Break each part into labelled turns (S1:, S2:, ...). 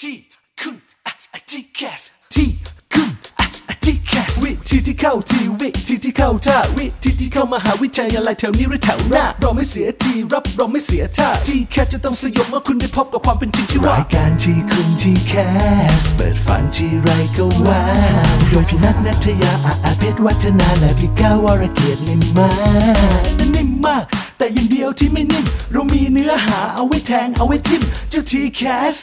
S1: ที่คุณอ่ะอ่ะที่แคสที่คุณอ่ะอ่ะที่แคสวิธีที่เข้าทีวิธีที่เข้าท่าวิธีที่เข้ามหาวิทยาลัยแถวนี้หรือแถวหน้าเราไม่เสียทีรับเราไม่เสียท่าที่แคสจะต้องสยบเมื่อคุณได้พบกับความเป็นจริงที่ว่ารายการที่คุณที่แคสเปิดฝันที่ไรก็ว่าโดยพี่นัทนัทยาอาอาเพชรวัฒนาและพี่ก้าวรเกียรตินิ่มมากนิ่มมาก แต่อยังเดียวที่ไม่นิ่มเรามีเนื้อหาเอาไว้แทงเอาไว้ทิมเจ้าทีแคส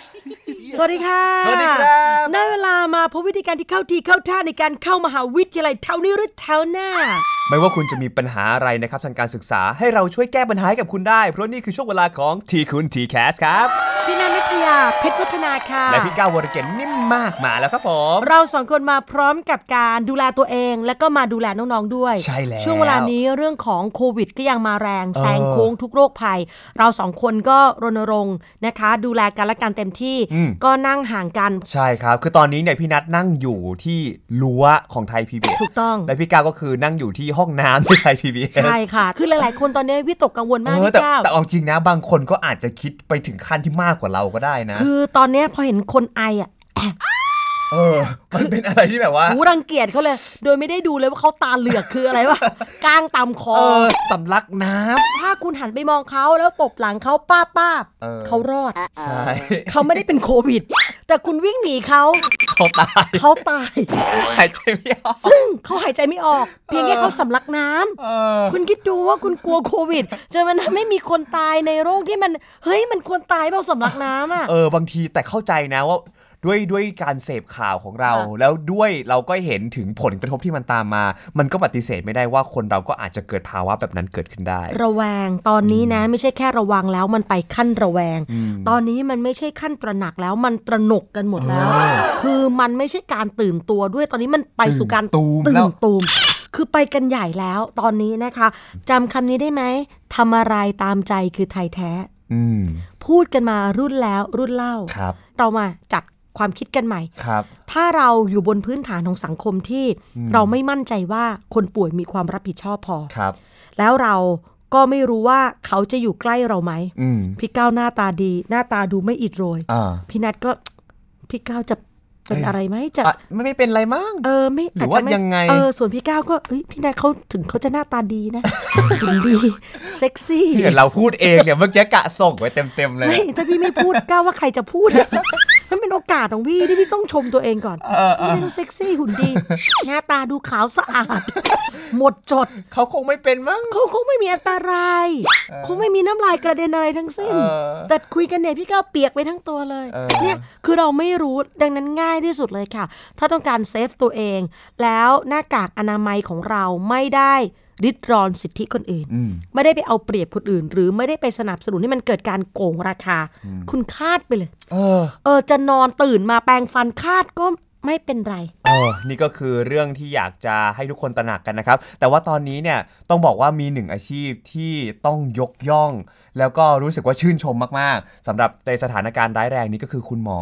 S2: สวัสดีค่ะ
S3: สวัสดีครับ
S2: ได้เวลามาพบวิธีการที่เข้าทีเข้าท่าในการเข้ามหาวิทยาลัยแถวนี้หรือแถวหน้า
S3: ไม่ว่าคุณจะมีปัญหาอะไรนะครับทางการศึกษาให้เราช่วยแก้ปัญหาให้กับคุณได้ เพราะนี่คือช่วงเวลาของทีคุณทีแคสครับ
S2: พี่นันนัทยาเพชรวัฒนาค่ะ
S3: และพี่ก้าววรเกยรตนิ่มมากมาแล้วครับผม
S2: เราสองคนมาพร้อมกับการดูแลตัวเอง และก็มาดูแลน้องๆด้วย
S3: ใช่แล้ว
S2: ช่วงเวลานี้เรื่องของโควิดก็ยังมาแรงแซง
S3: เออ
S2: โค้งทุกโรคภัย เราสองคนก็รณรงค์นะคะ ดูแลกันและกันเต็มที่
S3: อืม
S2: ก็นั่งห่างกัน
S3: ใช่ครับ คือตอนนี้เนี่ยพี่นัทนั่งอยู่ที่รั้วของไทย PBS
S2: ถูกต้อง
S3: และพี่ก้าวก็คือนั่งอยู่ที่ห้องน้ำที่ไทย PBS
S2: ใช่ค่ะ คือหลายๆ คนตอนนี้วิตกกังวล
S3: เอ
S2: มาก
S3: อ
S2: พี่
S3: แต่
S2: เจ้า
S3: แต่เอาจริงนะบางคนก็อาจจะคิดไปถึงขั้นที่มากกว่าเราก็ได้นะ
S2: คือตอนเนี้ยพอเห็นคนไออ่ะ
S3: เออมันเป็นอะไรที่แบบว่า
S2: หูรังเกียจเขาเลย โดยไม่ได้ดูเลยว่าเขาตาเหลือกคืออะไร วะ กลางต่ำคอ
S3: เออสำลักน้ำ
S2: ถ้าคุณหันไปมองเขาแล้วตบหลังเขาป้าบป้าบ
S3: เออ
S2: เขารอด
S3: ใช่
S2: เขาไม่ได้เป็นโควิด แต่คุณวิ่งหนีเขา
S3: เขาตาย
S2: เขาตาย
S3: หายใจไม่ออก
S2: ซึ่งเขาหายใจไม่ออก เพียงแค่เขาสำลักน้ำ
S3: เออ
S2: คุณคิดดูว่าคุณกลัวโควิดจนมันทำให้มีคนตายในโรคที่มัน เฮ้ยมันควรตายเปล่าสำลักน้ำอ่ะ
S3: เออบางทีแต่เข้าใจนะว่าด้วยด้วยการเสพข่าวของเรา
S2: ค่ะ
S3: แล้วด้วยเราก็เห็นถึงผลกระทบที่มันตามมา มันก็ปฏิเสธไม่ได้ว่าคนเราก็อาจจะเกิดภาวะแบบนั้นเกิดขึ้นได้
S2: ระแวงตอนนี้นะไม่ใช่แค่ระวังแล้วมันไปขั้นระแวง ตอนนี้มันไม่ใช่ขั้นตระหนักแล้วมันตระหนกกันหมดแล้ว คือมันไม่ใช่การตื่นตัวด้วยตอนนี้มันไปสู่การ
S3: ตื่นตูม
S2: ตื่
S3: แล้ว
S2: นตูม คือไปกันใหญ่แล้วตอนนี้นะคะจำคำนี้ได้ไหมทำอะไรตามใจคือไทยแท้
S3: อืม
S2: พูดกันมารุ่นแล้วรุ่นเล่า
S3: ครับ
S2: เรามาจัดความคิดกันใหม่
S3: ครับ
S2: ถ้าเราอยู่บนพื้นฐานของสังคมที่เราไม่มั่นใจว่าคนป่วยมีความรับผิดชอบพอ
S3: ครับ
S2: แล้วเราก็ไม่รู้ว่าเขาจะอยู่ใกล้เราไหม
S3: อืม
S2: พี่ก้าวหน้าตาดี หน้าตาดูไม่อิดโรย
S3: อ่า
S2: พี่นัทก็ พี่ก้าวจะเป็น
S3: เอ้ย
S2: อะไรไหมจะ
S3: อ่ะไม่ไม่เป็นไรมั้ง
S2: เออไม่
S3: หรือ
S2: อาจ
S3: ว่า
S2: จะไม่
S3: ยังไง
S2: เออส่วนพี่ก้าวก็เอ้ยพี่นัทเขาถึงเขาจะหน้าตาดีนะ ถึงดี เซ็กซี่
S3: เนี่ยเราพูดเองเนี่ยเมื่อกี้กะส่งไว้เต็มเต็มๆเลย
S2: ไม่ถ้าพี่ไม่พูดก้าวว่าใครจะพูดอะ มันเป็นโอกาสของพี่ที่พี่ต้องชมตัวเองก่อนพี่นัทดูเซ็กซี่หุ่นดี หน้าตาดูขาวสะอาด หมดจด
S3: เขาคงไม่เป็นมั้ง
S2: เขาคงไม่มีอันตราย คงไม่มีน้ำลายกระเด็นอะไรทั้งสิ้น
S3: เออ
S2: แต่คุยกันเนี่ยพี่ก้าวเปียกไปทั้งตัวเลย
S3: เออ
S2: ยคือเราไม่รู้ดังนั้นง่ายที่สุดเลยค่ะ ถ้าต้องการเซฟตัวเอง แล้วหน้ากากอนามัยของเราไม่ได้ริดรอนสิทธิคนอื่น ไม่ได้ไปเอาเปรียบคนอื่น หรือไม่ได้ไปสนับสนุนให้มันเกิดการโกงราคา คุณคาดไปเลย
S3: เออ
S2: เออจะนอนตื่นมาแปรงฟันคาดก็ไม่เป็นไร
S3: เออนี่ก็คือเรื่องที่อยากจะให้ทุกคนตระหนักกันนะครับ แต่ว่าตอนนี้เนี่ยต้องบอกว่ามีหนึ่งอาชีพที่ต้องยกย่อง แล้วก็รู้สึกว่าชื่นชมมากๆสำหรับในสถานการณ์ร้ายแรงนี้ก็คือคุณหมอ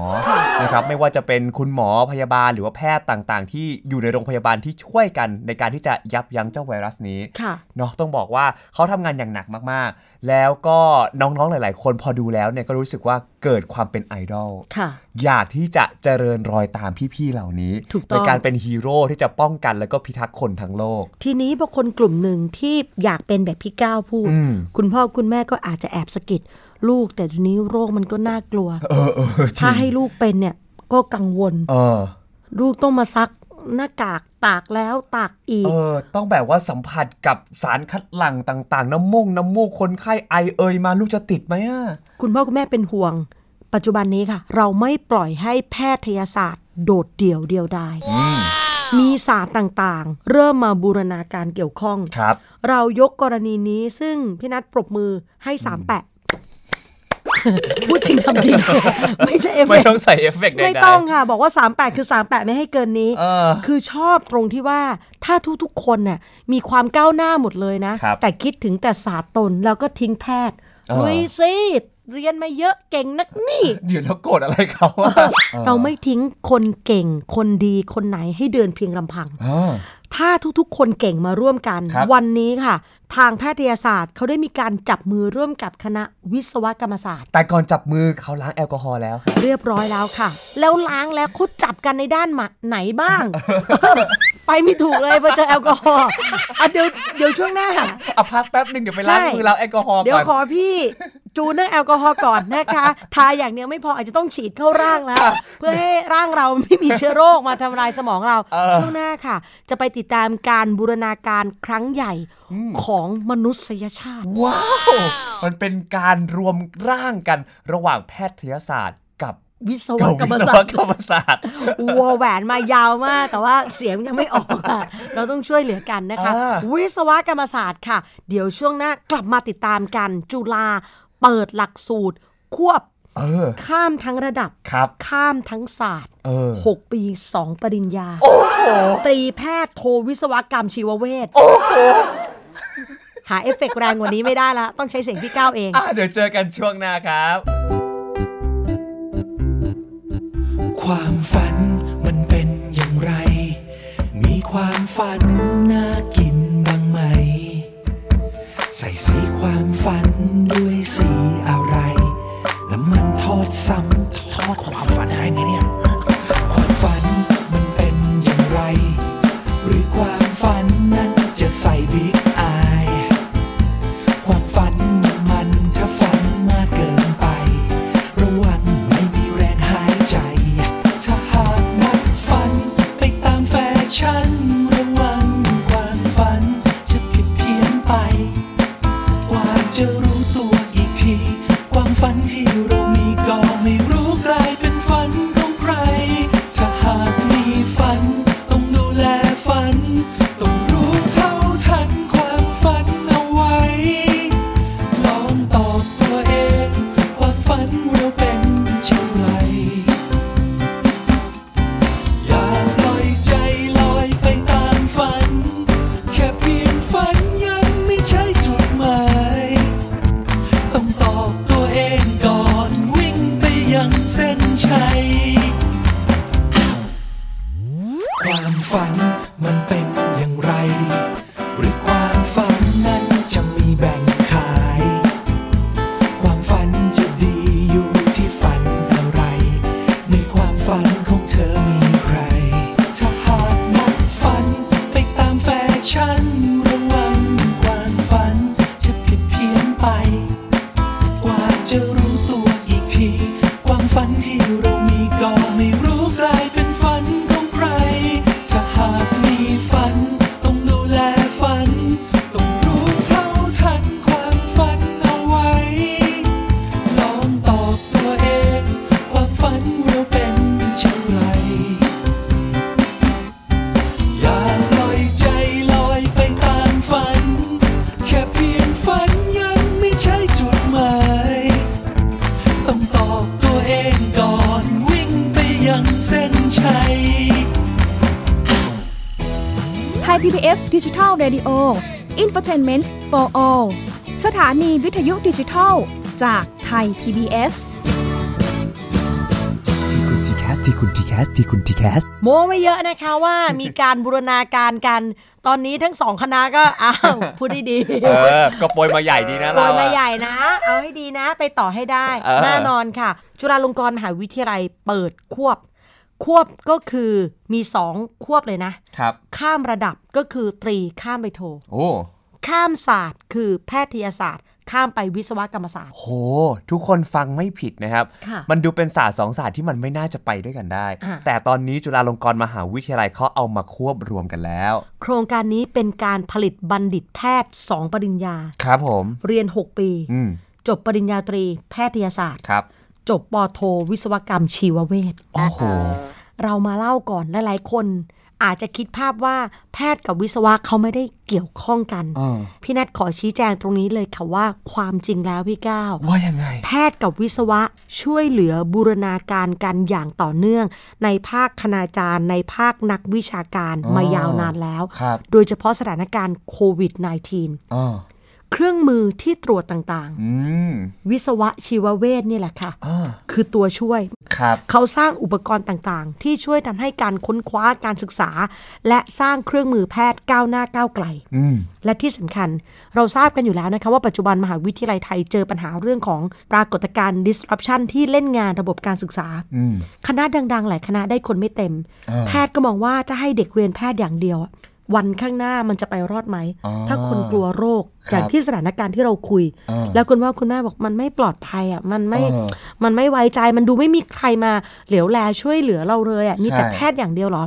S3: นะครับไม่ว่าจะเป็นคุณหมอพยาบาลหรือว่าแพทย์ต่างๆ ที่อยู่ในโรงพยาบาลที่ช่วยกันในการที่จะยับยั้งเจ้าไวรัสนี้
S2: ค่ะ
S3: เนาะต้องบอกว่าเขาทำงานอย่างหนักมากๆ แล้วก็น้องๆหลายๆ คนพอดูแล้วเนี่ยก็รู้สึกว่าเกิดความเป็นไอดอล
S2: ค่ะ
S3: อยากที่จะเจริญรอยตามพี่ ๆ เหล่านี้
S2: ถูกต้
S3: ใน
S2: อง
S3: การเป็นฮีโร่ที่จะป้องกันแล้วก็พิทักษ์คนทั้งโลก
S2: ทีนี้พอคนกลุ่มหนึ่งที่อยากเป็นแบบพี่ก้าวพูด
S3: อืม
S2: คุณพ่อคุณแม่ก็อาจจะแอบสะกิดลูกแต่ทีนี้โรคมันก็น่ากลัว
S3: เออเออจริ
S2: ถ้าง ให้ลูกเป็นเนี่ยก็กังวล
S3: เออ
S2: ลูกต้องมาซักหน้ากากตากแล้วตากอี
S3: เอก อ ต้องแบบว่าสัมผัสกับสารคัดหลั่งต่างๆ น้ำมูกน้ำมูกคนไข้ไอเอยมาลูกจะติดไหมอ่ะ
S2: คุณพ่อคุณแม่เป็นห่วง ปัจจุบันนี้ค่ะ เราไม่ปล่อยให้แพทยศาสตร์ โดดเดี่ยวเดียวดายมีศาสตร์ต่างๆ เริ่มมาบูรณาการเกี่ยวข้อง
S3: ครับ
S2: เรายกกรณีนี้ซึ่งพี่นัทปรบมือให้สามแปะ พูดจริงทำจริง ไม่ใช่เอฟเฟ
S3: ไม่
S2: กต์
S3: ต้องใส่เอฟเฟกต์ใดๆ
S2: ไม่ต้องค่ะ บอกว่า 38 คือ 38 ไม่ให้เกินนี้
S3: เออ
S2: คือชอบตรงที่ว่าถ้าทุกๆคนน่ะมีความก้าวหน้าหมดเลยนะ
S3: ครับ
S2: แต่คิดถึงแต่ศาสตร์ตน แล้วก็ทิ้งแพทย์ลุยสิเรียนมาเยอะเก่งนักนี่
S3: เดี๋ยวแล้วโกรธอะไรเขาอะ
S2: เราไม่ทิ้งคนเก่งคนดีคนไหนให้เดินเพียงลำพัง
S3: เออ
S2: ถ้าทุกๆ คนเก่งมาร่วมกัน
S3: ครับ
S2: วันนี้ค่ะ ทางแพทยศาสตร์เขาได้มีการจับมือร่วมกับคณะวิศวกรรมศาสตร์
S3: แต่ก่อนจับมือเขาล้างแอลกอฮอล์แล้วครับ
S2: เรียบร้อยแล้วค่ะ แล้วล้างแล้วคุดจับกันในด้านไหนบ้าง ไปไม่ถูกเลยพอเจอแอลกอฮอล์อ่ะเดี๋ยวเดี๋ยวช่วงหน้า
S3: เอาพักแป๊บหนึ่งเดี๋ยวไปล้าง
S2: ใช่
S3: มือล้างแอลกอฮอล์
S2: เดี๋ย
S3: ก่
S2: ว
S3: อน
S2: ขอพี่จูนเรื่องแอลกอฮอล์ก่อนนะคะ ทาอย่างเดียวไม่พออาจจะต้องฉีดเข้าร่างแล้ว เพื่อให้ร่างเราไม่มีเชื้อโรคมาทำลายสมองเรา
S3: เออ
S2: ช่วงหน้าค่ะ จะไปติดตามการบูรณาการครั้งใหญ่ของมนุษยชาติ
S3: ว้าว มันเป็นการรวมร่างกันระหว่างแพทยศาสตร์กับ
S2: วิศว
S3: กับ
S2: กรรม
S3: วิศ
S2: ศาวสตร์
S3: กรรมศาสตร์
S2: วัวแหวนมายาวมาก แต่ว่าเสียงยังไม่ออกค่ะ เราต้องช่วยเหลือกันนะคะ
S3: อ่า
S2: วิศวกรรมศาสตร์ค่ะ เดี๋ยวช่วงหน้ากลับมาติดตามกัน จุฬาเปิดหลักสูตร ควบ
S3: เออ
S2: ข้ามทั้งระดับ
S3: ครับ
S2: ข้ามทั้งศาสตร์
S3: เออ
S2: หกปีสองปริญญา ตรีแพทย์โทวิศวกรรมชีวเวชหาเอฟเฟกต์แรงกว่านี้ไม่ได้ละ ต้องใช้เสียงพี่ก้าวเอง
S3: อ่ะเดี๋ยวเจอกันช่วงหน้าครับ
S1: ความฝันมันเป็นอย่างไร มีความฝันน่ากินบ้างไหม ใส่สีความฝันด้วยสีอะไร น้ำมันทอดซ้ำทอดความฝันอะไรไงเนี่ย ความฝันมันเป็นอย่างไร หรือความฝันนั้นจะใส่บิ๊กอาย ความฝันอย่างมันถ้าฝันมากเกินไป ระวังไม่มีแรงหายใจ ถ้าหากนักฝันไปตามแฟชั่น ระวังความฝันจะผิดเพี้ยนไป กว่าจะรู้ตัวอีกที ความฝันที่เรามีก็ไม่รู้กลายเป็นฝันของใคร ถ้าหากมีฝัน ต้องดูแลฝัน ต้องรู้เท่าทันความฝันเอาไว้ ลองตอบตัวเอง ความฝันเราเป็นเช่นไร อย่าปล่อยใจลอยไปตามฝัน แค่เพียงฝันยังไม่ใช่จุดหมาย ต้องตอบตัวเองก่อนวิ่งไปยังเส้นชัย ความฝันมันเป็นอย่างไร หรือความฝันนั้นจะมีแบ่งขาย ความฝันจะดีอยู่ที่ฝันอะไร ในความฝันของเธอมีใคร ถ้าหากนักฝันไปตามแฟชั่น ระวังความฝันจะผิดเพี้ยนไป กว่าจะรู้ตัวอีกที ความฝันที่เรามีก็ไม่รู้กลายเป็นฝันของใคร ถ้าหากมีฝัน ต้องดูแลฝัน ต้องรู้เท่าทันความฝันเอาไว้ ลองตอบตัวเอง ความฝันเราเป็นเช่นไร อย่าปล่อยใจลอยไปตามฝัน แค่เพียงฝันยังไม่ใช่จุดหมาย ต้องตอบตัวเองก่อนวิ่งไปยังเส้นชัย
S4: ไทย PBS ดิจิทัล Radio Infotainment for All สถานีวิทยุดิจิทัล จากไทย PBS
S5: ทีคุณทีแคสทีคุณทีแคสทีคุณทีแคส
S2: โม้ไม่เยอะนะคะว่ามีการบูรณาการกัน ตอนนี้ทั้งสองคณะก็ อ้าวพูดดี
S3: เออ ก็โปรยมาใหญ่ดีนะ
S2: ๆโปรย
S3: เราอะ
S2: มาใหญ่นะ เอาให้ดีนะ ไปต่อให้ได้
S3: เออ
S2: แน่นอนค่ะ จุฬาลงกรณ์มหาวิทยาลัยเปิดควบ ควบก็คือมีสองควบเลยนะ
S3: ครับ
S2: ข้ามระดับก็คือตรีข้ามไปโท
S3: โอ้
S2: ข้ามศาสตร์คือแพทยศาสตร์ ข้ามไปวิศวกรรมศาสตร์
S3: โห ทุกคนฟังไม่ผิดนะครับ
S2: ค่ะ
S3: มันดูเป็นศาสตร์สองศาสตร์ที่มันไม่น่าจะไปด้วยกันได้
S2: อ่ะ
S3: แต่ตอนนี้จุฬาลงกรณ์มหาวิทยาลัยเขาเอามาควบรวมกันแล้ว
S2: โครงการนี้เป็นการผลิตบัณฑิตแพทย์ 2 ปริญญา
S3: ครับผม
S2: เรียน 6 ปี
S3: อืม
S2: จบปริญญาตรีแพทยศาสตร์
S3: ครับ
S2: จบปอโท วิศวกรรมชีวเวช
S3: โอ้โห
S2: เรามาเล่าก่อนหลายๆคน อาจจะคิดภาพว่าแพทย์กับวิศวะเขาไม่ได้เกี่ยวข้องกัน
S3: อ่า
S2: พี่นัทขอชี้แจงตรงนี้เลยค่ะว่าความจริงแล้วพี่ก้าว
S3: ว่ายังไง
S2: แพทย์กับวิศวะช่วยเหลือบูรณาการกันอย่างต่อเนื่อง ในภาคคณาจารย์ ในภาคนักวิชาการมายาวนานแล้ว
S3: ครับ
S2: โดยเฉพาะสถานการณ์โควิด
S3: อ๋อ
S2: -19 เครื่องมือที่ตรวจต่าง
S3: อืม
S2: ๆ วิศวะชีวเวชนี่แหละค่ะ
S3: อ่า
S2: คือตัวช่วย
S3: ครับ
S2: เขาสร้างอุปกรณ์ต่างๆ ที่ช่วยทำให้การค้นคว้าการศึกษา และสร้างเครื่องมือแพทย์ก้าวหน้าก้าวไกล
S3: อืม
S2: และที่สำคัญเราทราบกันอยู่แล้วนะคะว่าปัจจุบันมหาวิทยาลัยไทยเจอปัญหาเรื่องของปรากฏการณ์ disruption ที่เล่นงานระบบการศึกษา
S3: อืม
S2: คณะดัง ๆ หลายคณะได้คนไม่เต็ม แพทย์ก็มองว่าถ้าให้เด็กเรียนแพทย์อย่างเดียวอะวันข้างหน้ามันจะไปรอดไหม
S3: อ๋อ
S2: ถ้าคนกลัวโรค
S3: ครับ
S2: อย่างที่สถานการณ์ที่เราคุย
S3: อ่า
S2: แล้วคุณว่าคุณแม่บอกมันไม่ปลอดภัยอ่ะมันไม่
S3: อ่า
S2: มันไม่ไว้ใจมันดูไม่มีใครมาเหลียวแลช่วยเหลือเราเลยอ่ะมีแต่
S3: ใช่
S2: แพทย์อย่างเดียวเหรอ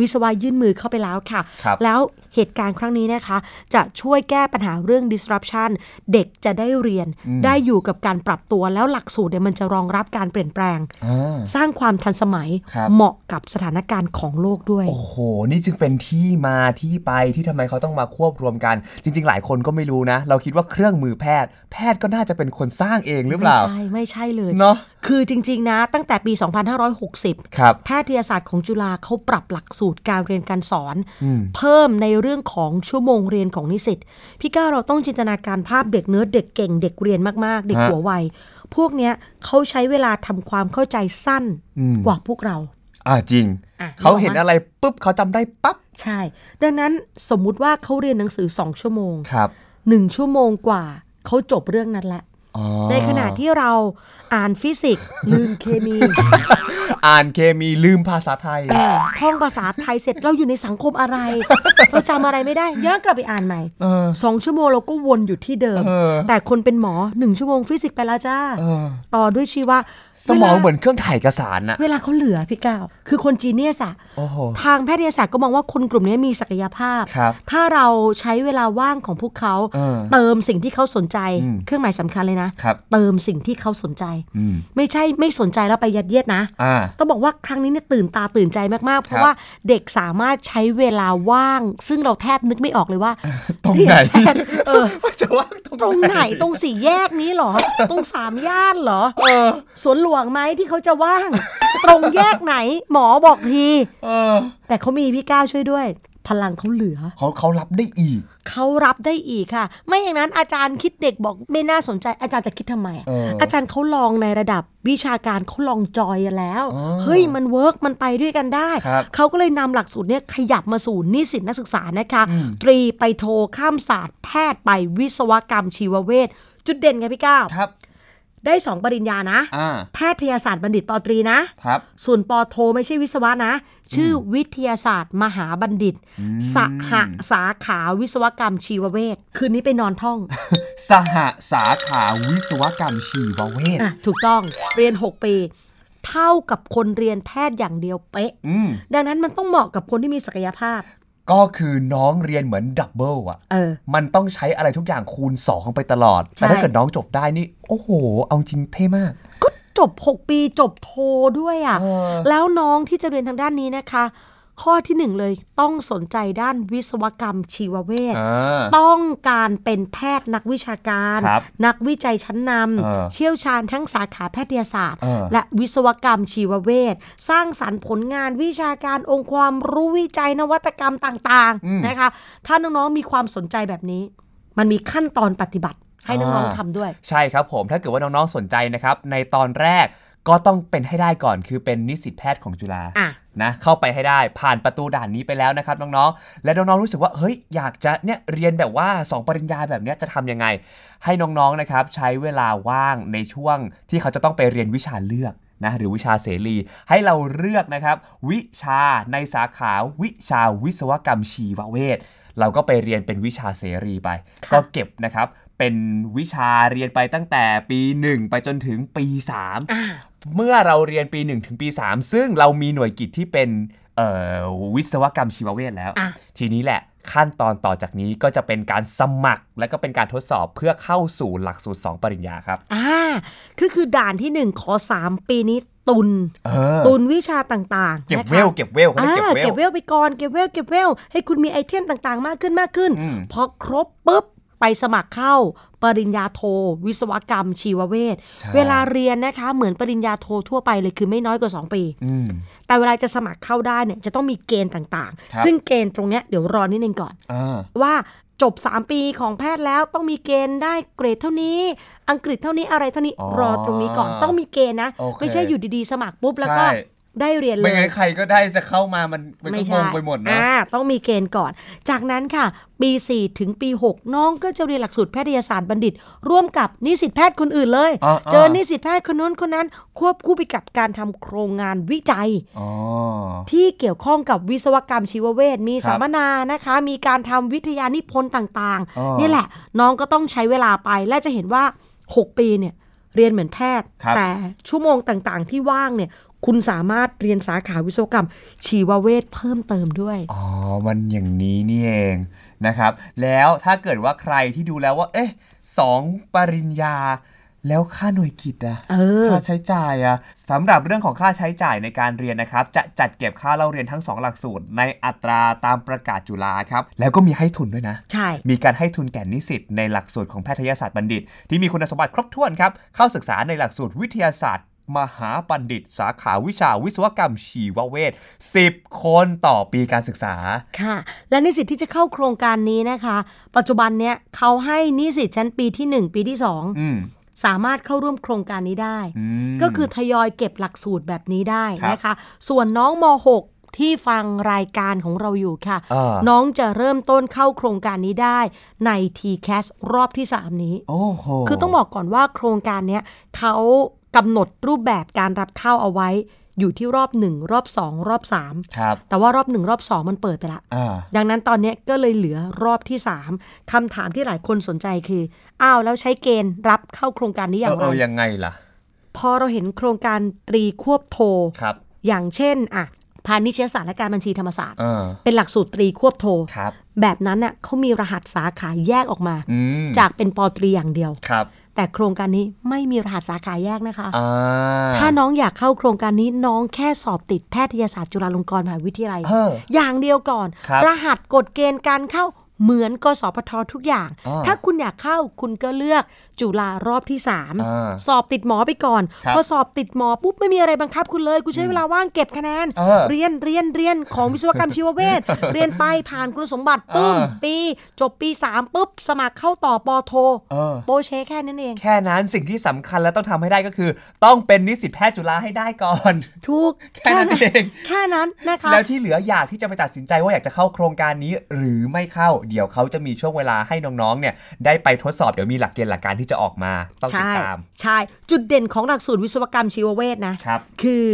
S2: วิศวะยื่นมือเข้าไปแล้วค่ะ
S3: ครับ
S2: แล้วเหตุการณ์ครั้งนี้นะคะ จะช่วยแก้ปัญหาเรื่อง disruption เด็กจะได้เรียน ได้อยู่กับการปรับตัวแล้วหลักสูตรเนี่ยมันจะรองรับการเปลี่ยนแปลง
S3: อ่า
S2: สร้างความทันสมัย
S3: ครับ
S2: เหมาะกับสถานการณ์ของโลกด้วย
S3: โอ้โห นี่จึงเป็นที่มาที่ไปที่ทำไมเขาต้องมาควบรวมกัน จริง ๆ หลายคนก็ไม่รู้นะ เราคิดว่าเครื่องมือแพทย์ แพทย์ก็น่าจะเป็นคนสร้างเองหรือเป
S2: ไม่
S3: ล่า
S2: ใช่ ไม่ใช่เลย
S3: เนาะ
S2: คือจริง ๆ นะ ตั้งแต่ปี 2560
S3: ครับ
S2: แพทยศาสตร์ของจุฬาเขาปรับหลักสูตรการเรียนการสอน เพิ่มในเรื่องของชั่วโมงเรียนของนิสิตพี่ก้าวเราต้องจินตนาการภาพเด็กเนื้อเด็กเก่งเด็กเรียนมากๆ เด็ก
S3: ฮะ
S2: หัวไวพวกเนี้ยเขาใช้เวลาทำความเข้าใจสั้นกว่าพวกเรา
S3: อ่าจริง
S2: อ่ะ
S3: เขาเห็น
S2: นึกออกมั้ย
S3: อะไรปุ๊บเขาจำได้ปั๊บ
S2: ใช่ ดังนั้นสมมุติว่าเขาเรียนหนังสือสองชั่วโมง
S3: ครับ
S2: หนึ่งชั่วโมงกว่าเขาจบเรื่องนั้นละ
S3: อ๋อ
S2: ในขณะที่เราอ่านฟิสิก ส์ ลืมเคมี
S3: อ่านเคมีลืมภาษาไทย
S2: เออท่องภาษาไทยเสร็จเราอยู่ในสังคมอะไร เราจำอะไรไม่ ได้ย้อนกลับไปอ่านใหม่สองชั่วโมงเราก็วนอยู่ที่เดิม
S3: เออ
S2: แต่คนเป็นหมอหนึ่งชั่วโมงฟิสิกส์ไปแล้วจ้า ต่อด้วยชีวะ
S3: สมอง
S2: วลา
S3: เหมือนเครื่องถ่ายเอกสารน่ะ
S2: เวลาเขาเหลือพี่ก้าวคือคนจีเนียสอะ
S3: โอ้โห
S2: ทางแพทยศาสตร์ก็มองว่าคนกลุ่มนี้มีศักยภาพ
S3: ครับ
S2: ถ้าเราใช้เวลาว่างของพวกเขา
S3: เออ
S2: เติมสิ่งที่เขาสนใจ เครื่องหมายสำคัญเลยนะ
S3: ครับ
S2: เติมสิ่งที่เขาสนใจ ไม่ใช่ไม่สนใจแล้วไปยัดเยียดนะ
S3: อ่า
S2: ต้องบอกว่าครั้งนี้เนี่ยตื่นตาตื่นใจมาก ๆ เพ
S3: ครั
S2: ราะ
S3: บ
S2: ว่าเด็กสามารถใช้เวลาว่าง ซึ่งเราแทบนึกไม่ออกเลยว่า
S3: ตรงไหน
S2: เรียแพทย์เออ
S3: ว่าจะว่าง
S2: ตรงไหนตรงสี่แยกนี้เหรอ ตรงสามย่านเหรอสวนหลวงไหมที่เขาจะว่าง ตรงแยกไหน หมอบอกที
S3: เออ
S2: แต่เขามีพี่ก้าวช่วยด้วย พลังเขาเหลือ
S3: เขาเขารับได้อีก
S2: เขารับได้อีกค่ะ ไม่อย่างนั้นอาจารย์คิดเด็กบอกไม่น่าสนใจ อาจารย์จะคิดทำไมอะ
S3: เอออ
S2: อาจารย์เขาลองในระดับวิชาการเขาลองจอยกันแล้วเฮ้ยมันเวิร์กมันไปด้วยกันได้
S3: ครับ
S2: เขาก็เลยนำหลักสูตรเนี่ยขยับมาสู่นิสิตนักศึกษานะคะ ตรีไปโทข้ามศาสตร์ แพทย์ไปวิศวกรรมชีวเวชจุดเด่นไงพี่ก้าว
S3: ครับ
S2: ได้สองปริญญานะ
S3: อ่า
S2: แพทยศาสตร์บัณฑิตปอตรีนะ
S3: ครับ
S2: ส่วนปอโทไม่ใช่วิศวะนะ ชื่อวิทยาศาสตร์มหาบัณฑิต สหสาขาวิศวกรรมชีวเวชคืนนี้ไปนอนท่อง
S3: สหสาขาวิศวกรรมชีวเวช
S2: อ่ะถูกต้องเรียน 6 ปี เท่ากับคนเรียนแพทย์อย่างเดียวเป๊ะ
S3: อืม
S2: ดังนั้นมันต้องเหมาะกับคนที่มีศักยภาพ
S3: ก็คือน้องเรียนเหมือนดับเบิลอ่ะ
S2: เออ
S3: มันต้องใช้อะไรทุกอย่างคูณ 2 ไปตลอด
S2: ใช่
S3: แต่ถ้าเกิดน้องจบได้นี่ โอ้โห เอาจริงเท่มาก
S2: ก็จบ 6 ปีจบโทด้วยอะ่ะ
S3: เออ
S2: แล้วน้องที่จะเรียนทางด้านนี้นะคะ ข้อที่หนึ่งเลยต้องสนใจด้านวิศวกรรมชีวเวช
S3: อ่า
S2: ต้องการเป็นแพทย์นักวิชาการ
S3: ครับ
S2: นักวิจัยชั้นน
S3: เออ
S2: ำเชี่ยวชาญทั้งสาขาแพทยศาสตร์
S3: เออ
S2: และวิศวกรรมชีวเวชสร้างสรรค์ผลงานวิชาการองค์ความรู้วิจัยนวัตกรรมต่าง
S3: อืม
S2: ๆนะคะ ถ้าน้องๆมีความสนใจแบบนี้ มันมีขั้นตอนปฏิบัติให้น้อง
S3: อ่า
S2: ๆทำด้วย
S3: ใช่ครับผม ถ้าเกิดว่าน้องๆสนใจนะครับ ในตอนแรกก็ต้องเป็นให้ได้ก่อน คือเป็นนิสิตแพทย์ของจุฬา
S2: อ่ะ
S3: นะเข้าไปให้ได้ผ่านประตูด่านนี้ไปแล้วนะครับน้องๆ และน้องๆรู้สึกว่าเฮ้ยอยากจะเนี่ยเรียนแบบว่า 2 ปริญญาแบบเนี้ยจะทำยังไง ให้น้องๆนะครับใช้เวลาว่างในช่วงที่เขาจะต้องไปเรียนวิชาเลือกนะหรือวิชาเสรี ให้เราเลือกนะครับ วิชาในสาขาวิชาวิศวกรรมชีวเวชเราก็ไปเรียนเป็นวิชาเสรีไป
S2: ค่ะ
S3: ก็เก็บนะครับเป็นวิชาเรียนไปตั้งแต่ปี 1 ไปจนถึงปี 3
S2: อ่ะ
S3: เมื่อเราเรียนปี 1 ถึงปี 3 ซึ่งเรามีหน่วยกิจที่เป็นเอ่อวิศวกรรมชีวเวชแล้ว
S2: อ่ะ
S3: ทีนี้แหละขั้นตอนต่อจากนี้ก็จะเป็นการสมัครและก็เป็นการทดสอบเพื่อเข้าสู่หลักสูตร 2 ปริญญาครับ
S2: อ่าคือคือด่านที่หนึ่งขอสามปีนี้ตุน
S3: เออ
S2: ตุนวิชาต่างๆ
S3: เก็บ
S2: นะคะ
S3: เวลเก็บเวลเขาเรียก
S2: อ่า
S3: เก็บเวล
S2: เก็บเวลไปก่อนเก็บเวลเก็บเวลให้คุณมีไอเทมต่างๆ มากขึ้นมากขึ้น
S3: อืม
S2: พอครบปุ๊บ ไปสมัครเข้า ปริญญาโท วิศวกรรม ชีวเวช
S3: ใช่
S2: เวลาเรียนนะคะ เหมือนปริญญาโททั่วไปเลยคือไม่น้อยกว่า 2 ปี
S3: อืม
S2: แต่เวลาจะสมัครเข้าได้เนี่ยจะต้องมีเกณฑ์ต่าง
S3: ครั
S2: ๆ
S3: บ
S2: ซึ่งเกณฑ์ตรงเนี้ยเดี๋ยวรอนิดนึงก่อน
S3: อ่า
S2: ว่า จบ 3 ปีของแพทย์แล้วต้องมีเกณฑ์ได้เกรดเท่านี้ อังกฤษเท่านี้อะไรเท่านี้
S3: อ๋อ
S2: รอตรงนี้ก่อนต้องมีเกณฑ์นะ
S3: โอเค
S2: ไม่ใช่อยู่ดีๆ สมัครปุ๊บแล้วก็
S3: ใช่
S2: ได้เรียนเล
S3: ไม่งั้
S2: ย
S3: นใครก็ได้จะเข้ามามันมันก็งงไปหมดเนอะ
S2: อ่าต้องมีเกณฑ์ก่อน จากนั้นค่ะ ปี 4 ถึงปี 6 น้องก็จะเรียนหลักสูตรแพทยศาสตร์บัณฑิต ร่วมกับนิสิตแพทย์คนอื่นเลย
S3: อ่าๆ
S2: เจอนิสิตแพทย์คนนู้นคนนั้น ควบคู่ไปกับการทำโครงงานวิจัย
S3: อ๋อ
S2: ที่เกี่ยวข้องกับวิศวกรรมชีวเวชมี
S3: ครับ
S2: สัมมนานะคะ มีการทำวิทยานิพนธ์ต่าง
S3: อ๋อ
S2: ๆ นี่แหละ น้องก็ต้องใช้เวลาไปและจะเห็นว่า 6 ปีเนี่ยเรียนเหมือนแพทย์
S3: ครับ
S2: แต่ชั่วโมงต่างๆ ที่ว่างเนี่ยคุณสามารถเรียนสาขาวิศวกรรม ชีวเวชเพิ่มเติมด้วย
S3: อ๋อมันอย่างนี้นี่เองนะครับ แล้วถ้าเกิดว่าใครที่ดูแล้วว่า เอ๊ะสองปริญญา แล้วค่าหน่วยกิตอะ
S2: เออ
S3: ค่าใช้จ่ายอะสำหรับเรื่องของค่าใช้จ่ายในการเรียนนะครับ จะจัดเก็บค่าเล่าเรียนทั้งสองหลักสูตร ในอัตราตามประกาศจุฬาครับ แล้วก็มีให้ทุนด้วยนะ
S2: ใช่
S3: มีการให้ทุนแก่นิสิตในหลักสูตรของแพทยศาสตร์บัณฑิต ที่มีคุณสมบัติครบถ้วนครับ เข้าศึกษาในหลักสูตรวิทยาศาสตร์ มหาบัณฑิต สาขาวิชาวิศวกรรมชีวเวช10 คนต่อปีการศึกษา
S2: ค่ะ และนิสิตที่จะเข้าโครงการนี้นะคะ ปัจจุบันเนี่ยเขาให้นิสิตชั้นปีทีหนึ่1 ปีที่
S3: อืม
S2: 2 สามารถเข้าร่วมโครงการนี้ได้
S3: อืม
S2: ก็คือทยอยเก็บหลักสูตรแบบนี้ได้
S3: ครับ
S2: นะคะ ส่วนน้องม .6 ที่ฟังรายการของเราอยู่ค่ะ
S3: อ่า
S2: น้องจะเริ่มต้นเข้าโครงการนี้ได้ใน TCAS รอบที่ 3 นี้
S3: โอ้โห
S2: คือต้องบอกก่อนว่าโครงการเนี้ยเขากำหนดรูปแบบการรับเข้าเอาไว้ อยู่ที่รอบ 1 รอบ 2 รอบ 3
S3: ครับ
S2: แต่ว่ารอบ 1 รอบ 2 มันเปิดไปละ
S3: อ่า
S2: ดังนั้นตอนเนี้ยก็เลยเหลือรอบที่ 3คำถามที่หลายคนสนใจคือ อ้าวแล้วใช้เกณฑ์รับเข้าโครงการนี้อ
S3: เอย่าง อเอ
S2: ไร
S3: อยังไงล่ะ
S2: พอเราเห็นโครงการตรีควบโท
S3: ครับ
S2: อย่างเช่นอ่ะพาณิชยศาสตร์และการบัญชีธรรมศาสตร์
S3: เออ
S2: เป็นหลักสูตรตรีควบโท
S3: ครับ
S2: แบบนั้นน่ะเขามีรหัสสาขาแยกออกมา
S3: อืม
S2: จากเป็นปอตรีอย่างเดียว
S3: ครับ
S2: แต่โครงการนี้ไม่มีรหัสสาขาแยกนะคะ
S3: อ่า
S2: ถ้าน้องอยากเข้าโครงการนี้น้องแค่สอบติดแพทยศาสตร์จุฬาลงกรณ์มหาวิทยาลัย
S3: เออ
S2: อย่างเดียวก่อน
S3: ครับ
S2: รหัสกฎเกณฑ์การเข้าเหมือนกสพททุกอย่าง
S3: อ่า
S2: ถ้าคุณอยากเข้าคุณก็เลือกจุฬารอบที่
S3: อ่า
S2: 3 สอบติดหมอไปก่อน
S3: ครับ
S2: พอสอบติดหมอปุ๊บไม่มีอะไรบังคับคุณเลย คุณใช้เวลาว่างเก็บคะแนน
S3: เออ
S2: เรียนเรียนเรียน ของวิศวกรรมชีวเวช เรียนไปผ่านคุณสมบัติปุ๊บ
S3: อ่า
S2: ปี จบปี 3ปุ๊บสมัครเข้าต่อปอโท
S3: เออ
S2: โปเชแค่นั้นเอง
S3: แค่นั้นสิ่งที่สำคัญและต้องทำให้ได้ก็คือ ต้องเป็นนิสิตแพทย์จุฬาให้ได้ก่อน
S2: ถูก
S3: แค่นั้นเอง
S2: แค่นั้นนะคะ
S3: แล้วที่เหลืออยากที่จะไปตัดสินใจว่าอยากจะเข้าโครงการนี้หรือไม่เข้า เดี๋ยวเขาจะมีช่วงเวลาให้น้องๆ เนี่ยได้ไปทดสอบเดี๋ยวมีหลักเกณฑ์หลักการที่จะออกมาต้องติดตาม
S2: ใช่ จุดเด่นของหลักสูตรวิศวกรรมชีวเวชนะครับ คือ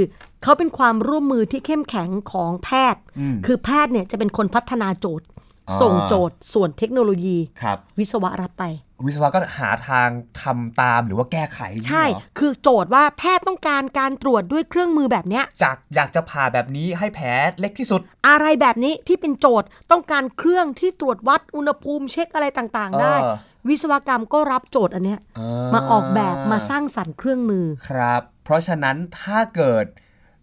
S2: เขาเป็นความร่วมมือที่เข้มแข็งของแพทย์ คือแพทย์เนี่ยจะเป็นคนพัฒนาโจทย์
S3: อ่า
S2: ส่งโจทย์ส่วนเทคโนโลยี
S3: ครับ
S2: วิศวะรับไป
S3: วิศวะก็หาทางทำตามหรือว่าแก้ไขอย่างนี้
S2: ใช่
S3: เหรอ
S2: คือโจทย์ว่าแพทย์ต้องการการตรวจด้วยเครื่องมือแบบเนี้ย
S3: จากอยากจะผ่าแบบนี้ให้แผลเล็กที่สุด
S2: อะไรแบบนี้ที่เป็นโจทย์ต้องการเครื่องที่ตรวจวัดอุณหภูมิเช็คอะไรต่างๆ ได้
S3: เออ
S2: วิศวกรรมก็รับโจทย์อันเนี้ย
S3: อ่าม
S2: มาออกแบบมาสร้างสรรค์เครื่องมือ
S3: ครับ เพราะฉะนั้นถ้าเกิด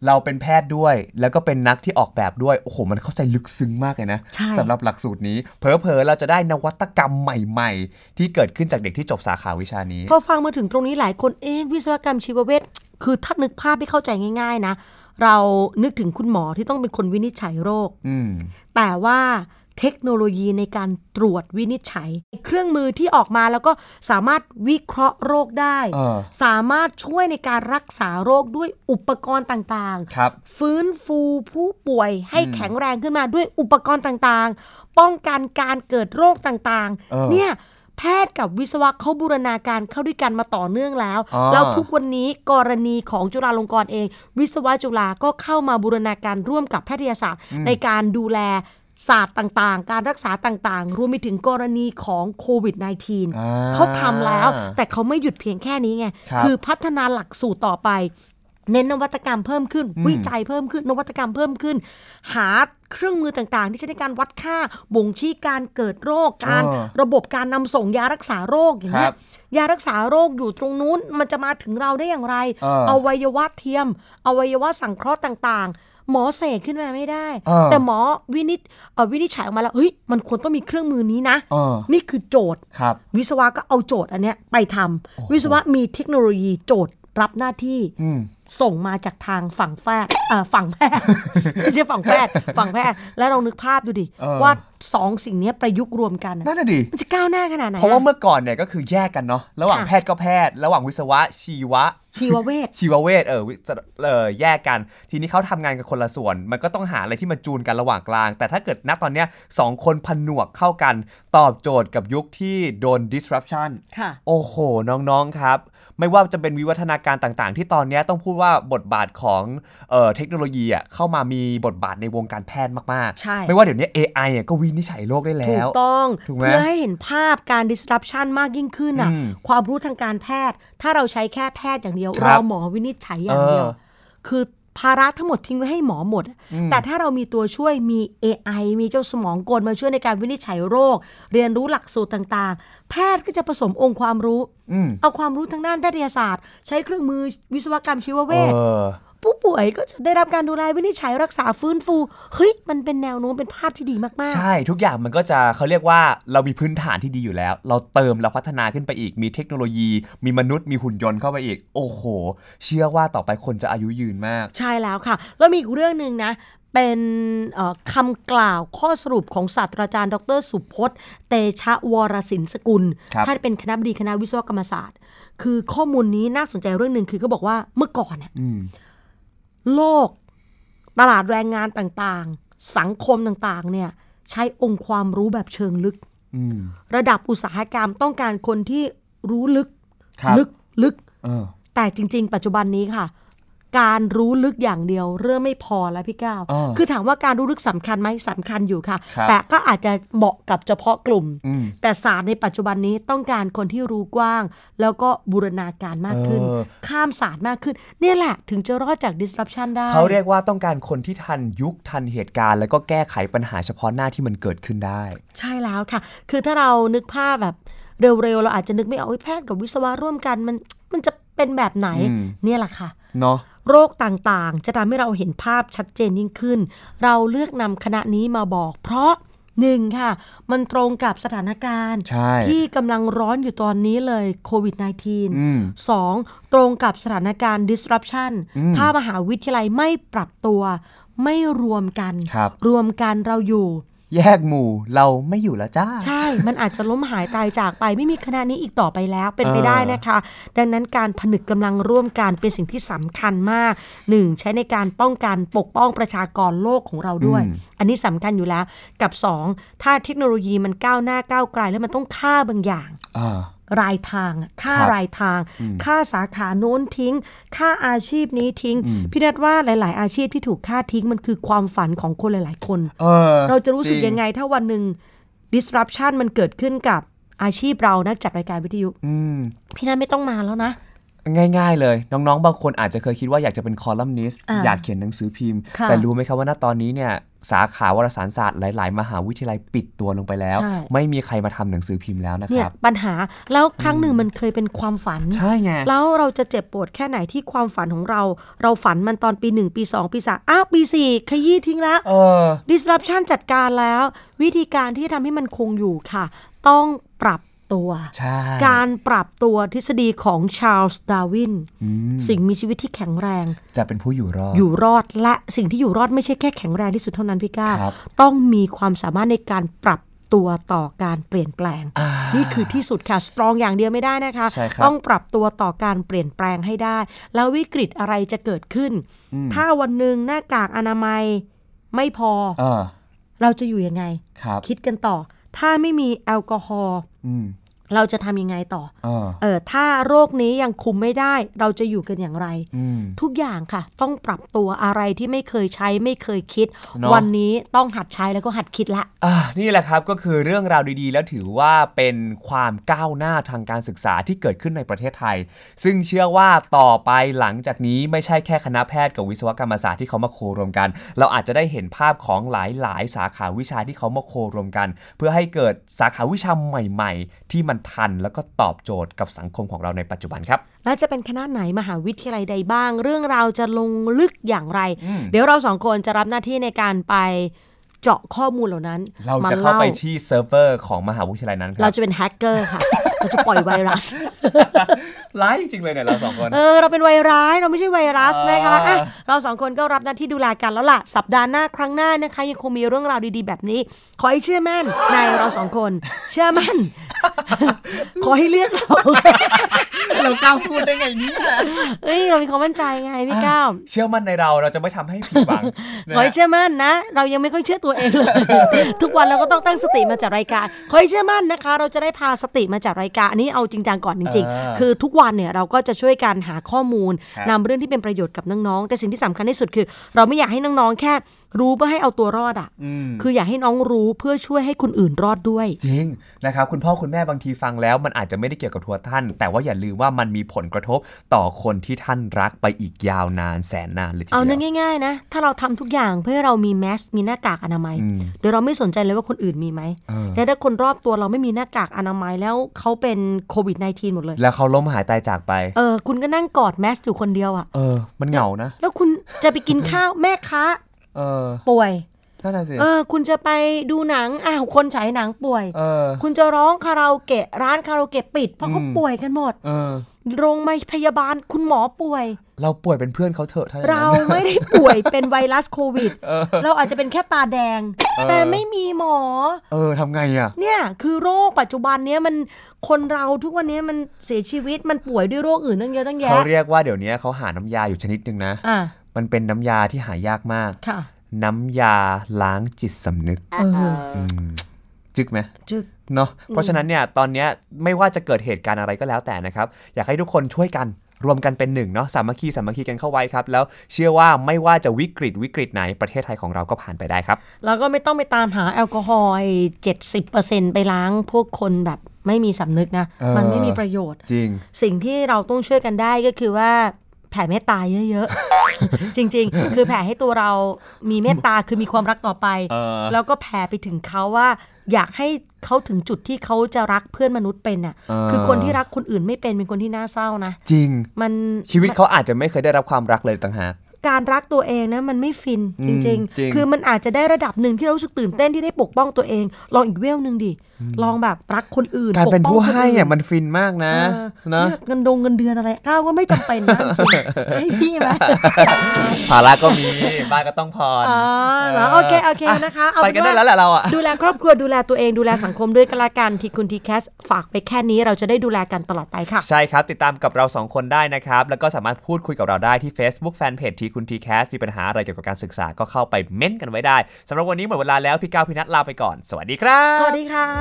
S3: เราเป็นแพทย์ด้วย แล้วก็เป็นนักที่ออกแบบด้วย โอ้โห มันเข้าใจลึกซึ้งมากเลยนะ
S2: ใช่
S3: สำหรับหลักสูตรนี้ เผลอๆ เราจะได้นวัตกรรมใหม่ๆ ที่เกิดขึ้นจากเด็กที่จบสาขาวิชานี้
S2: พอฟังมาถึงตรงนี้หลายคน เอ๊ะวิศวกรรมชีวเวช คือถ้านึกภาพให้เข้าใจง่าย ๆ นะ เรานึกถึงคุณหมอที่ต้องเป็นคนวินิจฉัยโรค
S3: อืม
S2: แต่ว่าเทคโนโลยีในการตรวจวินิจฉัย เครื่องมือที่ออกมาแล้วก็สามารถวิเคราะห์โรคได้
S3: เออ
S2: สามารถช่วยในการรักษาโรคด้วยอุปกรณ์ต่าง
S3: ครับ
S2: ฟื้นฟูผู้ป่วยให้แข็งแรงขึ้นมาด้วยอุปกรณ์ต่างๆ ป้องกันการเกิดโรคต่าง
S3: เออ
S2: เนี่ยแพทย์กับวิศวะเขาบูรณาการเข้าด้วยกันมาต่อเนื่องแล้ว
S3: อ่า
S2: แล้วทุกวันนี้กรณีของจุฬาลงกรณ์เอง วิศวะจุฬาก็เข้ามาบูรณาการร่วมกับแพทยศาสตร์ ในการดูแลศาสตร์ต่างๆ การรักษาต่างๆ รวมไปถึงกรณีของโควิด -19
S3: อ่า
S2: เขาทำแล้ว แต่เขาไม่หยุดเพียงแค่นี้ไง
S3: ครับ
S2: อพัฒนาหลักสูตรต่อไป เน้นนวัตกรรมเพิ่มขึ้น วิจัยเพิ่มขึ้น นวัตกรรมเพิ่มขึ้น หาเครื่องมือต่างๆ ที่ใช้ในการวัดค่าบ่งชี้การเกิดโรคการ
S3: เออ
S2: ระบบการนำส่งยารักษาโรคอย่างเงี้
S3: ครั
S2: ย
S3: บ
S2: ยารักษาโรคอยู่ตรงนู้นมันจะมาถึงเราได้อย่างไร
S3: เออ
S2: วัยวะเทียม อวัยวะสังเคราะห์ต่างๆ หมอเสกขึ้นมาไม่ได้
S3: เออ
S2: แต่หมอวินิจเอ่อวินิจฉัยออกมาแล้วเฮ้ยมันควรต้องมีเครื่องมือนี้นะ
S3: เออ
S2: นี่คือโจทย์
S3: ครับ
S2: วิศวะก็เอาโจทย์อันเนี้ยไปทำวิศวะมีเทคโนโลยีโจทย์รับหน้าที่ส่งมาจากทาง ฝั่งแพทย์เอ่อฝั่งแพทย์ ไม่ใช่ฝั่งแพทย์ฝั่งแพทย์แล้วเรานึกภาพดูดิ
S3: เออ
S2: ว่า สองสิ่งเนี้ยประยุกต์รวมกันอะ
S3: นั่นน่ะดิ
S2: มันจะก้าวหน้าขนาดไหนอ
S3: เพราะว่าเมื่อก่อนเนี่ยก็คือแยกกันเนาะ ระหว่างแพทย์ก็แพทย์ ระหว่างวิศวะ ชีวะ
S2: ชีวเวช
S3: ชีวเวชเออวิศวเออแยกกัน ทีนี้เขาทำงานกันคนละส่วน มันก็ต้องหาอะไรที่มาจูนกันระหว่างกลาง แต่ถ้าเกิดณตอนเนี้ยสองคนผนวกเข้ากัน ตอบโจทย์กับยุคที่โดน disruption
S2: ค่ะ
S3: โอ้โห น้อง ๆ ครับ ไม่ว่าจะเป็นวิวัฒนาการต่างๆ ที่ตอนเนี้ยต้องพูดว่าบทบาทของเอ่อเทคโนโลยีอ่ะเข้ามามีบทบาทในวงการแพทย์มากๆ
S2: ใช่
S3: ไม่ว่าเดี๋ยวนี้ AI อ่ะก็วินิจฉัยโรคได้
S2: ถู
S3: แล้
S2: ก
S3: ว
S2: ต้อง
S3: ถูกไหม
S2: เพื่อให้เห็นภาพการ disruption มากยิ่งขึ้นอ่ะ
S3: อืม
S2: ความรู้ทางการแพทย์ ถ้าเราใช้แค่แพทย์อย่างเดียว
S3: ครับ
S2: เราหมอวินิจฉัยอย่างเดียว
S3: เออ
S2: คือภาระทั้งหมดทิ้งไว้ให้หมอหมด แต่ถ้าเรามีตัวช่วยมี AI มีเจ้าสมองกลมาช่วยในการวินิจฉัยโรค เรียนรู้หลักสูตรต่างๆ แพทย์ก็จะผสมองค์ความรู้ เอาความรู้ทางด้านแพทยศาสตร์ ใช้เครื่องมือวิศวกรรมชีวเว
S3: เอ
S2: ช
S3: อ
S2: ผู้ป่วยก็จะได้รับการดูแลวินิจฉัยรักษาฟื้นฟู เฮ้ย มันเป็นแนวโน้มเป็นภาพที่ดีมาก
S3: ใช่ทุกอย่างมันก็จะเขาเรียกว่าเรามีพื้นฐานที่ดีอยู่แล้ว เราเติมเราพัฒนาขึ้นไปอีก มีเทคโนโลยี มีมนุษย์มีหุ่นยนต์เข้าไปอีก โอ้โห เชื่อว่าต่อไปคนจะอายุยืนมาก
S2: ๆ ใช่แล้วค่ะ แล้วมีอีกเรื่องหนึ่งนะ เป็นเอ่อคำกล่าวข้อสรุปของศาสตราจารย์ ดร สุพจน์ เตชะวรสินสกุล
S3: ครับ
S2: ท่านเป็นคณะบดีคณะวิศวกรรมศาสตร์ คือข้อมูลนี้น่าสนใจเรื่องหนึ่งคือก็บอกว่าเมื่อก่อนน่ะโลก ตลาดแรงงานต่างๆ สังคมต่างๆ เนี่ยใช้องค์ความรู้แบบเชิงลึก ระดับอุตสาหกรรมต้องการคนที่รู้ลึก
S3: ครับ
S2: ลึกลึก
S3: เออ
S2: แต่จริง ๆ ปัจจุบันนี้ค่ะ การรู้ลึกอย่างเดียว เริ่มไม่พอแล้วพี่ก้าว
S3: อ่า
S2: คือถามว่าการรู้ลึกสำคัญไหมสำคัญอยู่ค่ะ
S3: ครับ
S2: แต่ก็อาจจะเหมาะกับเฉพาะกลุ่ม
S3: อืม
S2: แต่ศาสตร์ในปัจจุบันนี้ต้องการคนที่รู้กว้าง แล้วก็บูรณาการมากขึ้น ข้ามศาสตร์มากขึ้น เนี่ยแหละถึงจะรอดจาก disruption ได้
S3: เขาเรียกว่าต้องการคนที่ทันยุคทันเหตุการณ์ แล้วก็แก้ไขปัญหาเฉพาะหน้าที่มันเกิดขึ้นได้
S2: ใช่แล้วค่ะ คือถ้าเรานึกภาพแบบเร็วๆ เราอาจจะนึกไม่ออกว่าแพทย์กับวิศวะร่วมกันมันมันจะเป็นแบบไหน เนี่ยแหละค่ะ
S3: เนาะ
S2: โรคต่างๆ จะทำให้เราเห็นภาพชัดเจนยิ่งขึ้น เราเลือกนำคณะนี้มาบอก เพราะหนึ่งค่ะ มันตรงกับสถานการณ์
S3: ใช่
S2: ที่กำลังร้อนอยู่ตอนนี้เลยโควิด
S3: อืม
S2: -19 สองตรงกับสถานการณ์ disruption ถ้ามหาวิทยาลัยไม่ปรับตัว ไม่รวมกัน
S3: ครับ
S2: รวมกันเราอยู่
S3: แยกหมู่เราไม่อยู่แล้วจ้า
S2: ใช่ มันอาจจะล้มหายตายจากไปไม่มีคณะนี้อีกต่อไปแล้วเป็นไปได้นะคะ ดังนั้นการผนึกกำลังร่วมกันเป็นสิ่งที่สำคัญมากหนึ่งใช้ในการป้องกันปกป้องประชากรโลกของเราด้วย อันนี้สำคัญอยู่แล้ว กับสองถ้าเทคโนโลยีมันก้าวหน้าก้าวไกล แล้วมันต้องฆ่าบางอย่าง
S3: อ่า
S2: รายทางอะค่า
S3: ครับ
S2: รายทาง ค่าสาขาโน้นทิ้ง ค่าอาชีพนี้ทิ้ง พี่นัดว่าหลาย ๆ อาชีพที่ถูกฆ่าทิ้งมันคือความฝันของคนหลาย ๆ คน
S3: เออ
S2: เราจะรู้สึก
S3: จริง
S2: ยังไงถ้าวันหนึ่ง disruption มันเกิดขึ้นกับอาชีพเรานักจัดรายการวิทยุ
S3: อืม
S2: พี่นัทไม่ต้องมาแล้วนะ
S3: ง่ายๆเลย น้องๆ บางคนอาจจะเคยคิดว่าอยากจะเป็นคอลัมนิสต์
S2: อ่า
S3: อยากเขียนหนังสือพิมพ์
S2: ค่ะ
S3: แต่รู้ไหมครับว่าณตอนนี้เนี่ยสาขาวารสารศาสตร์หลาย ๆ มหาวิทยาลัยปิดตัวลงไปแล้ว
S2: ใช่
S3: ไม่มีใครมาทำหนังสือพิมพ์แล้วนะค
S2: เนี่ย
S3: รับ
S2: ปัญหาแล้วครั้งหนึ่งมันเคยเป็นความฝัน
S3: ใช่ไง
S2: แล้วเราจะเจ็บปวดแค่ไหนที่ความฝันของเรา เราฝันมันตอนปี 1 ปี 2 ปี 3 อ้าว ปี 4 ขยี้ทิ้งแล้ว
S3: เออ
S2: disruption จัดการแล้ว วิธีการที่ทำให้มันคงอยู่ค่ะ ต้องปรับตัว
S3: ใช่
S2: การปรับตัวทฤษฎีของชาร์ลส์ดาร์วินสิ่งมีชีวิตที่แข็งแรง
S3: จะเป็นผู้อยู่รอด
S2: อยู่รอดและสิ่งที่อยู่รอดไม่ใช่แค่แข็งแรงที่สุดเท่านั้นพี่ก้าว
S3: ครับ
S2: ต้องมีความสามารถในการปรับตัวต่อการเปลี่ยนแปลง นี่คือที่สุดค่ะสตรองอย่างเดียวไม่ได้นะคะ
S3: ใช่ครับ
S2: ต้องปรับตัวต่อการเปลี่ยนแปลงให้ได้ แล้ววิกฤตอะไรจะเกิดขึ้น ถ้าวันหนึ่งหน้ากากอนามัยไม่พอ
S3: เออ
S2: เราจะอยู่ยังไง
S3: ครับ
S2: คิดกันต่อ ถ้าไม่มีแอลกอฮอล์
S3: อืม
S2: เราจะทำยังไงต่อ
S3: เออ
S2: เออถ้าโรคนี้ยังคุมไม่ได้ เราจะอยู่กันอย่างไร
S3: อืม
S2: ทุกอย่างค่ะ ต้องปรับตัวอะไรที่ไม่เคยใช้ไม่เคยคิด
S3: เนอะ
S2: วันนี้ต้องหัดใช้แล้วก็หัดคิดละ
S3: อ่านี่แหละครับก็คือเรื่องราวดีๆ แล้วถือว่าเป็นความก้าวหน้าทางการศึกษาที่เกิดขึ้นในประเทศไทย ซึ่งเชื่อว่าต่อไปหลังจากนี้ไม่ใช่แค่คณะแพทย์กับวิศวกรรมศาสตร์ที่เขามาโครวมกัน เราอาจจะได้เห็นภาพของหลายๆ สาขาวิชาที่เขามาโครวมกัน เพื่อให้เกิดสาขาวิชาใหม่ๆ ที่มันทันแล้วก็ตอบโจทย์กับสังคมของเราในปัจจุบันครับ
S2: แล้วจะเป็นคณะไหนมหาวิทยาลัยใดบ้าง เรื่องราวจะลงลึกอย่างไร เดี๋ยวเราสองคนจะรับหน้าที่ในการไปเจาะข้อมูลเหล่านั้น
S3: เราจะ
S2: ม
S3: เข้าไป
S2: ล่
S3: ที่เซิร์ฟเวอร์ของมหาวิทยาลัยนั้นค
S2: เรา
S3: รับ
S2: จะเป็นแฮกเกอร์ค่ะ เราจะปล่อยไวรัส
S3: ร้ายจริงๆเลยเนี่ยเราสองคน
S2: เออเราเป็นไวร้ายเราไม่ใช่ไวรัสนะคะ
S3: อ่า
S2: อ่ะเราสองคนก็รับหน้าที่ดูแลกันแล้วล่ะ สัปดาห์หน้าครั้งหน้านะคะ ยังคงมีเรื่องราวดีๆแบบนี้ ขอให้เชื่อมั่นในเราสองคน เชื่อมั่น ขอให้เลือกเรา
S3: เรากล้าพูดได้ไงเนี่ย
S2: เอ้ยเรามีความมั่นใจไงพี่ก้าว
S3: เชื่อมั่นในเราเราจะไม่ทำให้ผิด หวังนะ
S2: ขอให้
S3: ฮะ
S2: เชื่อมั่นนะ เรายังไม่ค่อยเชื่อตัวเองเลย ทุกวันเราก็ต้องตั้งสติมาจากรายการขอให้เชื่อมั่นนะคะ เราจะได้พาสติมาจากรายการอันนี้เอาจริงจังก่อนจริง
S3: า
S2: ๆ คือทุกวันเนี่ยเราก็จะช่วยกันหาข้อมูลนำเรื่องที่เป็นประโยชน์กับน้องๆ แต่สิ่งที่สำคัญที่สุดคือ เราไม่อยากให้น้องๆ แค่รู้เพื่อให้เอาตัวรอดอ่ะ คืออยากให้น้องรู้เพื่อช่วยให้คนอื่นรอดด้วย
S3: จริงนะครับคุณพ่อคุณแม่บางทีฟังแล้วมันอาจจะไม่ได้เกี่ยวกับทัวท่าน แต่ว่าอย่าลืมว่ามันมีผลกระทบต่อคนที่ท่านรักไปอีกยาวนานแสนนานเลยที
S2: เอา
S3: เดี
S2: เนื้
S3: ย
S2: อ
S3: ว
S2: ง่าย ๆ นะ ถ้าเราทำทุกอย่างเพื่อให้เรามีแมสมีหน้ากากอนามัย โดยเราไม่สนใจเลยว่าคนอื่นมีไหมแล้วถ้าคนรอบตัวเราไม่มีหน้ากากอนามัยแล้วเขาเป็นโควิด -19 หมดเลย
S3: แล้วเขาล้มหายตายจากไป
S2: เออคุณก็นั่งกอดแมสอยู่คนเดียวอ่ะ
S3: เออ มันเหงานะ
S2: แล้วคุณจะไปกินข้าวแม่ค้า
S3: เออ
S2: ป่วย
S3: ท่านน่ะสิ
S2: เออคุณจะไปดูหนังอ้าวคนฉายหนังป่วย
S3: เออ
S2: คุณจะร้องคาราโอเกะร้านคาราโอเกะปิด เพราะเขาป่วยกันหมด
S3: เออ
S2: โรงพยาบาลคุณหมอป่วย
S3: เราป่วยเป็นเพื่อนเขาเถอะถ้าอย่าง
S2: เรา
S3: นั้น
S2: ไม่ได้ป่วยเป็นไวรัสโควิด เราอาจจะเป็นแค่ตาแดง แต่ไม่มีหมอ
S3: เออทำไงอ่ะ
S2: เนี่ยคือโรคปัจจุบันเนี้ยมันคนเราทุกวันเนี้ยมันเสียชีวิตมันป่วยด้วยโรคอื่นตั้งเยอะตั้งแยะ
S3: เขาเรียกว่าเดี๋ยวนี้เขาหาน้ำยาอยู่ชนิดหนึ่งนะ
S2: อ่ะ
S3: มันเป็นน้ำยาที่หายากมาก
S2: ค่ะ
S3: น้ำยาล้างจิตสำนึกมจึกไหม
S2: จึก
S3: เนาะเพราะฉะนั้นเนี่ยตอนเนี้ยไม่ว่าจะเกิดเหตุการณ์อะไรก็แล้วแต่นะครับ อยากให้ทุกคนช่วยกันรวมกันเป็นหนึ่งเนาะสามัคคีสามัคคีกันเข้าไว้ครับ แล้วเชื่อว่าไม่ว่าจะวิกฤตวิกฤตไหนประเทศไทยของเราก็ผ่านไปได้ครับ
S2: แล้วก็ไม่ต้องไปตามหาแอลกอฮอล์ไอ้70%ไปล้างพวกคนแบบไม่มีสำนึกนะ
S3: เออ
S2: มันไม่มีประโยชน์
S3: จริง
S2: สิ่งที่เราต้องช่วยกันได้ก็คือว่าแผ่เมตตาเยอะๆ จริงๆ คือแผ่ให้ตัวเรามีเมตตาคือมีความรักต่อไป
S3: เออ
S2: แล้วก็แผ่ไปถึงเขาว่า อยากให้เขาถึงจุดที่เขาจะรักเพื่อนมนุษย์เป็นน่ะคือคนที่รักคนอื่นไม่เป็นเป็นคนที่น่าเศร้านะ
S3: จริง
S2: มัน
S3: ชีวิตเขาอาจจะไม่เคยได้รับความรักเลยต่างหาก
S2: การรักตัวเองนะมันไม่ฟินจริง
S3: จริง
S2: ๆ คือมันอาจจะได้ระดับหนึ่งที่เรารู้สึกตื่นเต้นที่ได้ปกป้องตัวเอง ลองอีกเวลหนึ่งดิ ลองแบบรักคนอื่น
S3: การเป็น
S2: กป้อง
S3: ผู้
S2: ค
S3: ให้
S2: อื่
S3: อ่ะมันฟินมากนะ
S2: เออ
S3: เนาะ
S2: เยเงินดงเงินเดือนอะไรก้าวก็ไม่จำเป็น นะจริงๆให้พี่ไหม
S3: ภาระก็มีบ้านก็ต้องผ่อน
S2: อ๋อเหรอโอเคโอเคนะคะเอา
S3: ไป
S2: เป็
S3: กันได้แล้วแหละเราอ่ะ
S2: ดูแลครอบครัวดูแลตัวเองดูแลสังคมด้วยกันละกันทีคุณทีแคสฝากไปแค่นี้เราจะได้ดูแลกันตลอดไปค่ะ
S3: ใช่ครับ ติดตามกับเรา 2 คนได้นะครับ แล้วก็สามารถพูดคุยกับเราได้ที่ Facebook Fanpage ทีคุณทีแคสมีปัญหาอะไรเกี่ยวกับการศึกษาก็เข้าไปเม้นต์กันไว้ได้สำหรับวันนี้หมดเวลาแล้ว พี่ก้าวพี่นัทลาไปก่อน สวัสดีครับ
S2: สวัสดีค่ะ